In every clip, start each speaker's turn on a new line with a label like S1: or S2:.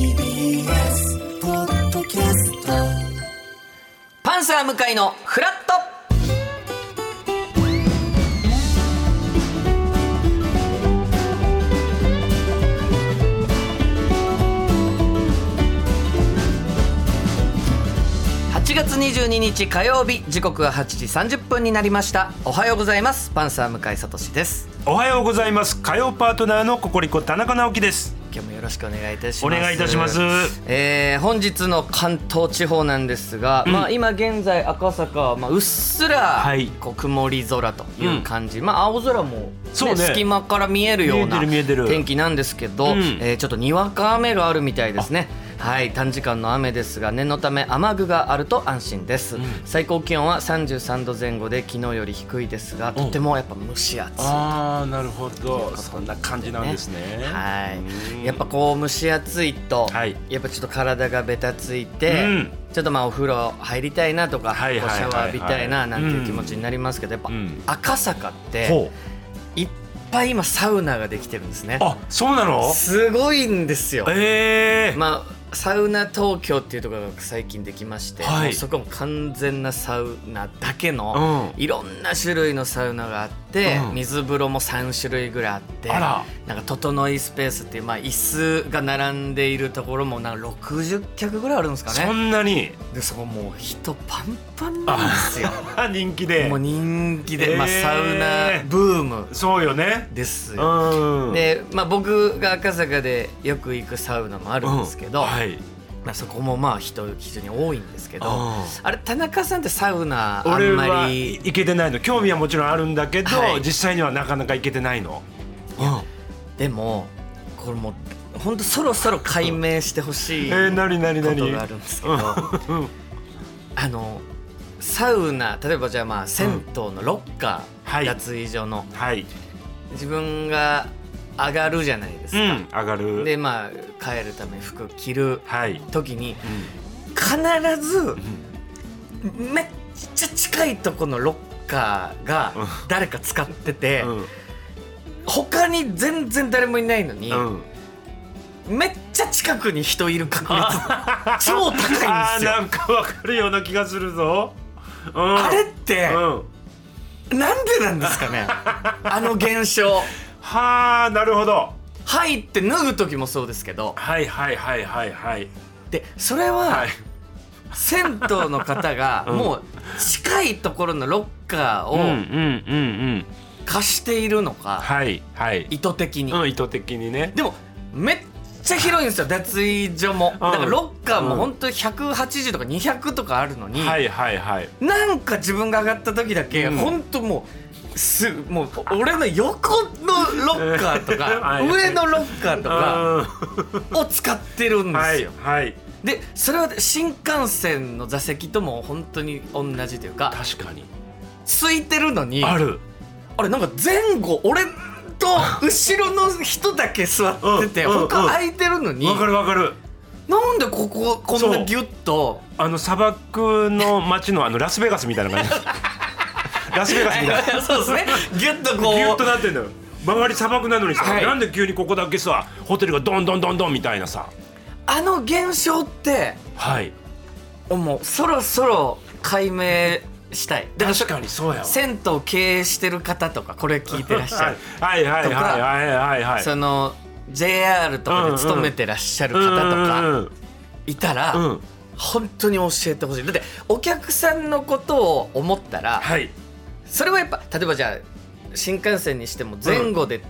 S1: TBS ポッドキャスト
S2: パンサー向かいのフラット8月22日火曜日時刻は8時30分になりましたおはようございますパンサー向井聡です
S3: おはようございます火曜パートナーのココリコ田中直樹です
S2: 今日もよろしくお願いいたします
S3: お願いいたします
S2: えー本日の関東地方なんですが、まあ今現在赤坂はまあうっすら、
S3: はい
S2: こう曇り空という感じ、まあ青空も、ね
S3: そうね
S2: 隙間から見えるような
S3: 見えてる見えてる
S2: 天気なんですけど、
S3: うん
S2: えーちょっとにわか雨があるみたいですねはい短時間の雨ですが念のため雨具があると安心です、最高気温は33度前後で昨日より低いですがとてもやっぱ蒸し暑い
S3: ああなるほどそんな感じな
S2: はい、やっぱこう蒸し暑いと、
S3: はい
S2: やっぱちょっと体がべたついて、
S3: うん
S2: ちょっとまあお風呂入りたいなとか、
S3: はいはいはいは
S2: こ
S3: い
S2: うシャワー浴びたいななんていう気持ちになりますけど、やっぱ、赤坂っていっぱい今サウナができてるんですね。
S3: あそうなの
S2: すごいんですよ。
S3: ええ
S2: まあサウナ東京っていうところが最近できまして、
S3: はい
S2: もうそこも完全なサウナだけの、
S3: うん
S2: いろんな種類のサウナがあって、
S3: うん
S2: 水風呂も3種類ぐらいあって
S3: あら
S2: なんか整いスペースっていう、まあ、椅子が並んでいるところもなんか60脚ぐらいあるんですか
S3: そ
S2: ね
S3: んなに
S2: でそこもう人パンパンなん ですよ
S3: あ人気で
S2: もう人気で、まあ、
S3: えー
S2: サウナブーム
S3: そうよね
S2: ですよ、
S3: うん
S2: で、まあ、僕が赤坂でよく行くサウナもあるんですけど、
S3: うんはい
S2: まあ、そこもまあ人非常に多いんですけど
S3: あ
S2: あれ田中さんってサウナあ
S3: 俺
S2: んま
S3: は
S2: り
S3: 行けてないの興味はもちろんあるんだけど、
S2: はい
S3: 実際にはなかなか行けてないの
S2: でもこれもうほんとそろそろ解明してほしい
S3: え
S2: こ
S3: ー、なになになに
S2: とがあるんですけど
S3: うん
S2: あのサウナ例えばじゃあまあ銭湯のロッカ
S3: は
S2: ー
S3: い
S2: 脱衣所の
S3: はい
S2: 自分が上がるじゃないです
S3: う
S2: か。
S3: ん上がる
S2: でまあ帰るため服着る
S3: はい
S2: 時に
S3: う
S2: 必ずめっちゃ近いとこのロッカーが
S3: うん
S2: 誰か使ってて。
S3: ん
S2: 他に全然誰もいないのに、
S3: うん、うん
S2: めっちゃ近くに人いる確率超高いんですよ
S3: あ
S2: あ
S3: ーなんかわかるような気がするぞ、うん、
S2: れって
S3: う、ん
S2: なんでなんですか ねあの現象
S3: はあなるほど
S2: 入って脱ぐ時もそうですけど
S3: はいはいはいはいはい
S2: でそれは
S3: はい
S2: 銭湯の方 が
S3: ん
S2: もう近いところのロッカ
S3: うんうん
S2: ーを
S3: うんうん
S2: 貸しているのか、
S3: はいはい
S2: 意図的に、
S3: うん意図的にね
S2: でもめっちゃ広いんですよ脱衣所もだからロッカーも本当に180とか200とかあるのに、
S3: はいはいはい
S2: なんか自分が上がった時だけ、
S3: うん
S2: ほんともうすもう俺の横のロッカーとか
S3: はい
S2: 上のロッカーとか
S3: う
S2: を使ってるん
S3: ん
S2: で
S3: は
S2: す
S3: い
S2: よ。
S3: はい
S2: でそれは新幹線の座席とも本当に同じというか
S3: 確かに
S2: 空いてるのに
S3: あ
S2: あ
S3: る
S2: れなんか前後俺と後ろの人だけ座ってて、
S3: うんうんうん
S2: 他空いてるのに、
S3: わかるわかる
S2: なんでこここんなギュッと
S3: あの砂漠の街のあのラスベガスみたいな感じラスベガスみたい な
S2: そうですねギュッとこう
S3: ギュッとなってんのよ周り砂漠なのにさ、
S2: はい
S3: なんで急にここだけさホテルがどんどんどんどんみたいなさ
S2: あの現象って
S3: はい
S2: もうそろそろ解明したいだから
S3: 確かにそうやわ
S2: 銭湯経営してる方とかこれ聞いてらっしゃる
S3: はいはいはいはいはいはい
S2: その JR とかで勤めてらっしゃる方と
S3: うんう
S2: か
S3: ん
S2: いたら、
S3: うんうん
S2: 本当に教えてほしいだってお客さんのことを思ったら、
S3: はい
S2: それはやっぱ例えばじゃあ新幹線にしても前後でっ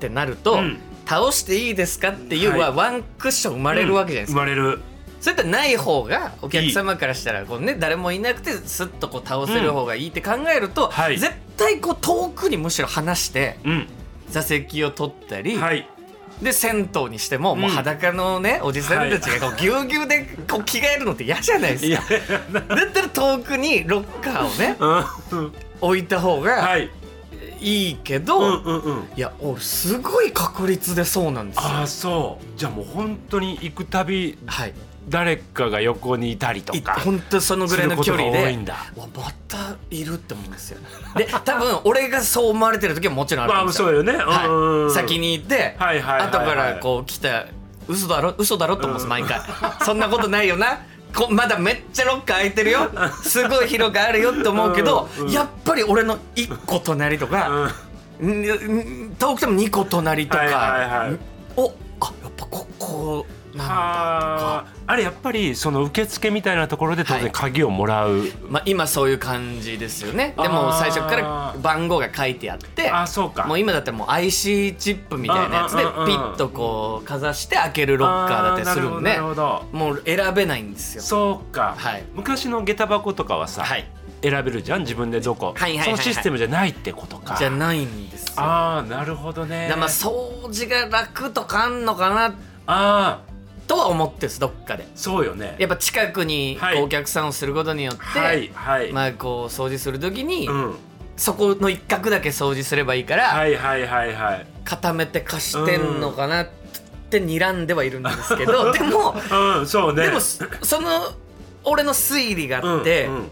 S2: てなると、
S3: うん
S2: 倒していいですかっていうはワンクッション生まれるわけじゃないですか
S3: 生まれる
S2: そういったない方がお客様からしたらこう、ね、誰もいなくてスッとこう倒せる方がいいって考えると、
S3: はい
S2: 絶対こう遠くにむしろ離して
S3: うん
S2: 座席を取ったり、
S3: はい
S2: で銭湯にしてももう裸のね、おじさんたちがこうぎゅうぎゅうでこう着替えるのって嫌じゃないですかだったら遠くにロッカーをね
S3: うん
S2: 置いた方
S3: は
S2: が
S3: い
S2: いいけ
S3: う
S2: ど、
S3: んうんうん
S2: いや俺すごい確率でそうなんですよ
S3: ああそうじゃあもう本当に行くたび
S2: はい
S3: 誰かが横にいたりと
S2: い
S3: か
S2: 本当そのぐらいの距離
S3: することが多
S2: で
S3: いんだ
S2: うわまたいるって思うんですよで 多分俺がそう思われてる時はもちろんあると
S3: ま
S2: 思
S3: あ
S2: んですよ
S3: そうよね、うんうんう
S2: は
S3: ん
S2: い、先に行って、
S3: はいはいはいはい
S2: 後からこう来た嘘だろ嘘だろと思うんです毎 回、そんなことないよなこまだめっちゃロッカー開いてるよすごい広があるよって思うけど、
S3: うんうん
S2: やっぱり俺の1個隣とか、んん遠くても2個隣とか、
S3: はいはいはい
S2: おあやっぱここなんだ
S3: あーあれやっぱりその受付みたいなところで当
S2: は
S3: 然
S2: い
S3: 鍵をもらう、
S2: まあ、今そういう感じですよねでも
S3: あー
S2: 最初から番号が書いてあって
S3: あそうか
S2: もう今だってもう IC チップみたいなやつで
S3: うんうんうんうん
S2: ピッとこうかざして開けるロッカーだったりするん
S3: あ
S2: で
S3: ーなるほどなるほ
S2: もう選べないんです
S3: ど
S2: よ
S3: そうか、
S2: はい
S3: 昔の下駄箱とかはさ、
S2: はい
S3: 選べるじゃん自分でどこ、
S2: はいはいはいはい
S3: そのシステムじゃないってことか
S2: じゃないんですよだか
S3: ああなるほどね
S2: らまあ掃除が楽とかあんのかな
S3: ああ
S2: とは思ってますどっかで
S3: そうよね
S2: やっぱ近くに
S3: はい
S2: こうお客さんをすることによって、
S3: はいはい、
S2: まあこう掃除する時に、
S3: うん、
S2: そこの一角だけ掃除すればいいから、
S3: はいはいはいはい
S2: 固めて貸してんのかなって睨んではいるんですけ ど、でも
S3: うんそうね
S2: でもそその俺の推理があって、
S3: うんうん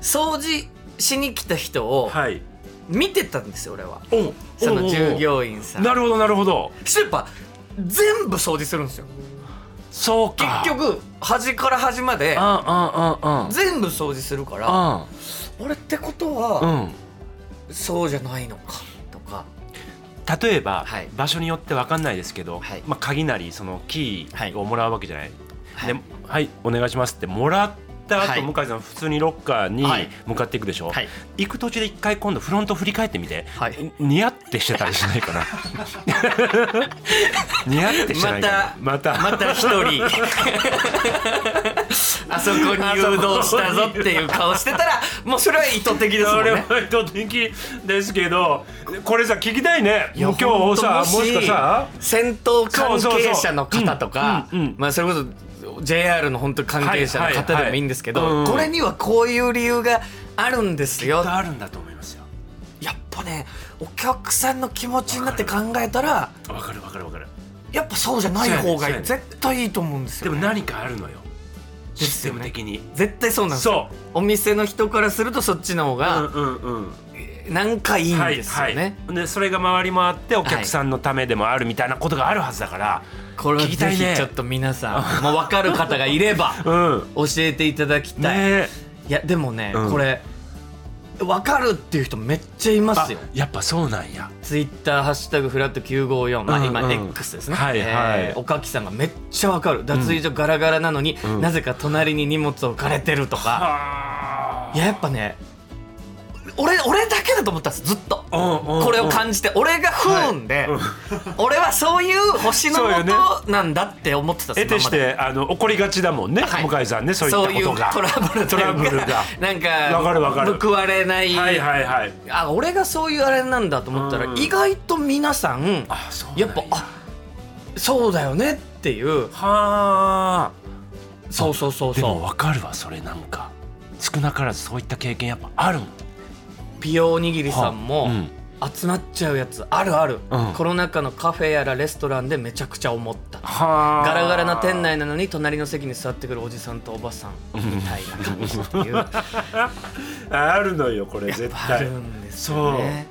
S2: 掃除しに来た人を
S3: はい
S2: 見てたんですよ俺は
S3: お
S2: その従
S3: おうおう
S2: 業員さん
S3: なるほどなるほど
S2: そしたらやっぱ全部掃除するんですよ
S3: そうか
S2: 結局端から端まで
S3: うんうんうんうん
S2: 全部掃除するから
S3: う
S2: 俺ってことは
S3: んうん
S2: そうじゃないのかとか
S3: 例えば、
S2: はい
S3: 場所によってわかんないですけど、
S2: はい
S3: まあ、鍵なりそのキ
S2: はい
S3: ーをもらうわけじゃない、
S2: はい
S3: で「はいお願いします」ってもらった後、
S2: はい
S3: 向井さん普通にロッカーに
S2: はい
S3: 向かっていくでしょ、
S2: はい
S3: 行く途中で一回今度フロント振り返ってみて、
S2: はい
S3: ニヤってしてたりしない かなニヤってしてないかな
S2: ま
S3: た
S2: また一人 あそこに誘導したぞっていう顔してたらもうそれは意図的ですも
S3: そ
S2: ん
S3: れ
S2: ね
S3: は意図的ですけどこれさ聞きたいねもう今日
S2: ほ
S3: さ
S2: んと
S3: もしかさ
S2: 戦闘関係者の方とか
S3: そうそうそううんうんうん
S2: まあそれこそ JR の本当関係者の方でもいいんですけど、
S3: はいはいはいうん
S2: これにはこういう理由があるんですよ
S3: あるんだと思いますよ
S2: やっぱねお客さんの気持ちになって考えたら
S3: わかるわかるわかる
S2: やっぱそうじゃない方が
S3: そうやねそうやね
S2: 絶対いいと思うんです
S3: で
S2: よ、
S3: も
S2: ね、
S3: 何かあるのよシス
S2: す
S3: テ
S2: よ
S3: ム
S2: ね
S3: 的に
S2: 絶対そうなんですよ
S3: そ
S2: お
S3: う
S2: 店の人からするとそっちの方
S3: うん
S2: が
S3: うんうん
S2: なんかいいん
S3: はい
S2: ですよね、
S3: はいでそれが回り回ってお客さんのためでもあるみたいなことがあるはずだから
S2: これは
S3: 聞きた
S2: ぜ
S3: い
S2: ひ
S3: ね
S2: ちょっと皆さんもう分かる方がいれば
S3: うん
S2: 教えていただきたい、
S3: ねえ
S2: いやでもね、
S3: うん
S2: これ分かるっていう人めっちゃいま
S3: あ
S2: すよ
S3: やっぱそうなんや
S2: ツイッターハッシュタグフラット954、まあ、今
S3: うんうん
S2: X ですね、
S3: はいはい
S2: えーおかきさんがめっちゃ分かる脱衣所ガラガラなのに、なぜか隣に荷物置かれてるとか、
S3: あ
S2: いややっぱね俺俺だけだと思ったんですずっと、
S3: うんうんうん
S2: これを感じて俺が不運で、俺はそういう星の
S3: そうよね
S2: 元なんだって思ってたんです
S3: 得てし
S2: 今まで
S3: てあの怒りがちだもんね
S2: はい
S3: 向井さんねそうい
S2: そう
S3: っ
S2: いう
S3: た
S2: ト
S3: ことが
S2: ラブルというか
S3: トラブルが
S2: なん
S3: わかるわかる
S2: 報われない
S3: はいはいはい
S2: あ俺がそういうあれなんだと思ったら、
S3: うん
S2: 意外と皆さん
S3: あそうなん
S2: やっぱあそうだよねっていう
S3: はあ
S2: そうそうそう
S3: でも
S2: そう
S3: わかるわそれなんか少なからずそういった経験やっぱあるもん
S2: 美容おにぎりさんも
S3: はうん
S2: 集まっちゃうやつあるある、
S3: うん
S2: コロナ禍のカフェやらレストランでめちゃくちゃ思った
S3: はあ
S2: ガラガラな店内なのに隣の席に座ってくるおじさんとおばさんみたいな感じって いう
S3: あるのよこれ絶
S2: あ
S3: 対
S2: るんですよね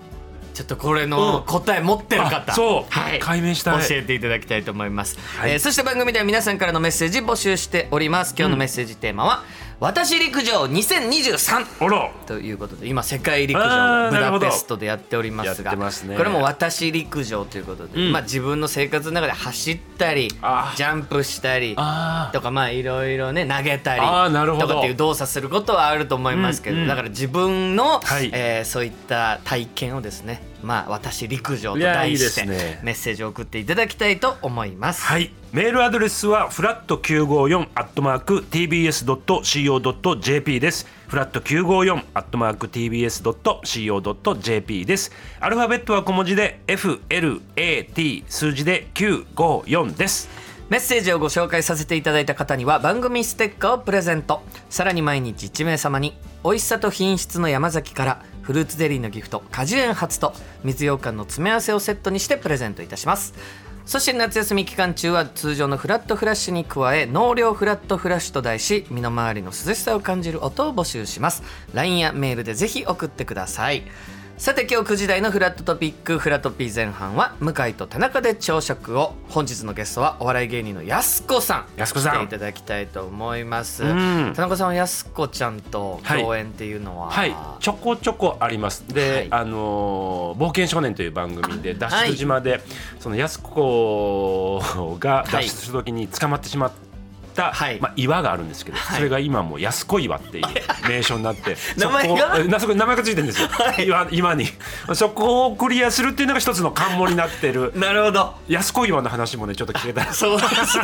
S2: ちょっとこれ
S3: う
S2: の
S3: ん
S2: 答え持ってる方、
S3: あそう
S2: はい、
S3: 解明したい
S2: 教えていただきたいと思います、
S3: い
S2: えーそして番組では皆さんからのメッセージ募集しております今日のメッセージテーマは「私陸上2023」
S3: あら
S2: ということで今世界陸上
S3: あー
S2: ブ
S3: なる
S2: ダ
S3: ほど
S2: ペストでやっております
S3: や
S2: が
S3: ってますね
S2: これも私陸上ということで、
S3: うん
S2: まあ、自分の生活の中で走ったりジ
S3: あー
S2: ャンプしたり
S3: あ
S2: とかまあいろいろね投げたり
S3: あーなるほど
S2: とかっていう動作することはあると思いますけど、
S3: うんうん
S2: だから自分の、
S3: はい
S2: えーそういった体験をですねまあ私陸上と
S3: いやい
S2: 題
S3: いで
S2: し
S3: す
S2: て
S3: ね
S2: メッセージを送っていただきたいと思います。
S3: はいメールアドレスはフラット954アットマーク tbs.co.jp ですフラット954アットマーク tbs.co.jp ですアルファベットは小文字で FLAT 数字で954です
S2: メッセージをご紹介させていただいた方には番組ステッカーをプレゼントさらに毎日1名様に美味しさと品質の山崎からフルーツゼリーのギフト果樹園初と水羊羹の詰め合わせをセットにしてプレゼントいたしますそして夏休み期間中は通常のフラットフラッシュに加え納涼フラットフラッシュと題し身の回りの涼しさを感じる音を募集します LINE やメールでぜひ送ってくださいさて今日9時台のフラットトピックフラトピー前半は向井と田中で朝食を本日のゲストはお笑い芸人のやす子さん
S3: やす子さん
S2: 来ていただきたいと思います
S3: うん
S2: 田中さんはやす子ちゃんと共演っていうのは、
S3: はいちょこちょこありますで、
S2: は
S3: あのー冒険少年」という番組で脱出島で、その安子が脱出する時に捕まってしまった、
S2: はい
S3: まあ、岩があるんですけど、
S2: はい
S3: それが今もう安子 岩っていう名称になって
S2: 名前が
S3: そこをえなそこに名前がついてるんですよ、岩岩にそこをクリアするっていうのが一つの関門になってる
S2: なるほど
S3: 安子岩の話もねちょっと聞けた ら
S2: そうです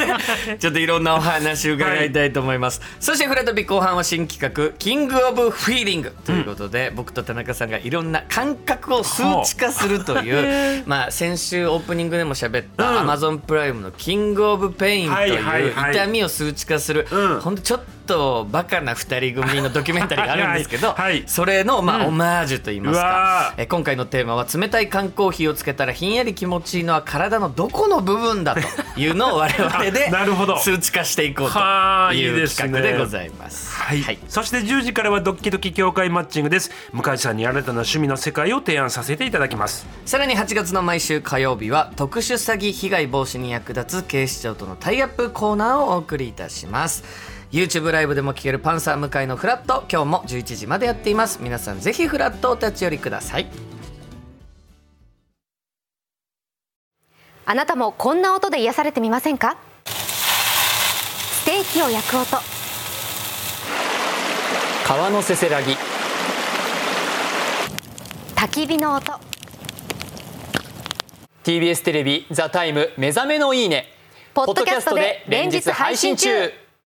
S2: ねちょっといろんなお話を伺いたいと思います、そしてフラトピ後半は新企画「キング・オブ・フィーリング」ということで、僕と田中さんがいろんな感覚を数値化するという、まあ、先週オープニングでも喋った
S3: うん
S2: Amazon プライムの「キング・オブ・ペイン」と
S3: はいいはいうはい
S2: 痛みを数値化する、
S3: うん
S2: ほんとちょっとバカな2人組のドキュメンタリーがあるんですけど
S3: はいはい
S2: それの、まあ、オマージュといいます
S3: う
S2: か
S3: わー
S2: えー今回のテーマは冷たい缶コーヒーをつけたらひんやり気持ちいいのは体のどこの部分だというのを我々 で
S3: なるほど
S2: 数値化していこう
S3: は
S2: と
S3: あいい
S2: いう
S3: ですね
S2: 企画でございます。
S3: はい、そして10時からはドッキドキ協会マッチングです向井さんに新たな趣味の世界を提案させていただきます
S2: さらに8月の毎週火曜日は特殊詐欺被害防止に役立つ警視庁とのタイアップコーナーをお送りいたします。YouTube ライブでも聴けるパンサー向井のフラット今日も11時までやっています皆さんぜひフラットお立ち寄りください
S4: あなたもこんな音で癒されてみませんかステーキを焼く音
S5: 川のせせらぎ
S4: 焚き火の音
S5: TBS テレビ「ザタイム目覚めのいいね」
S4: ポッドキャストで連日配信中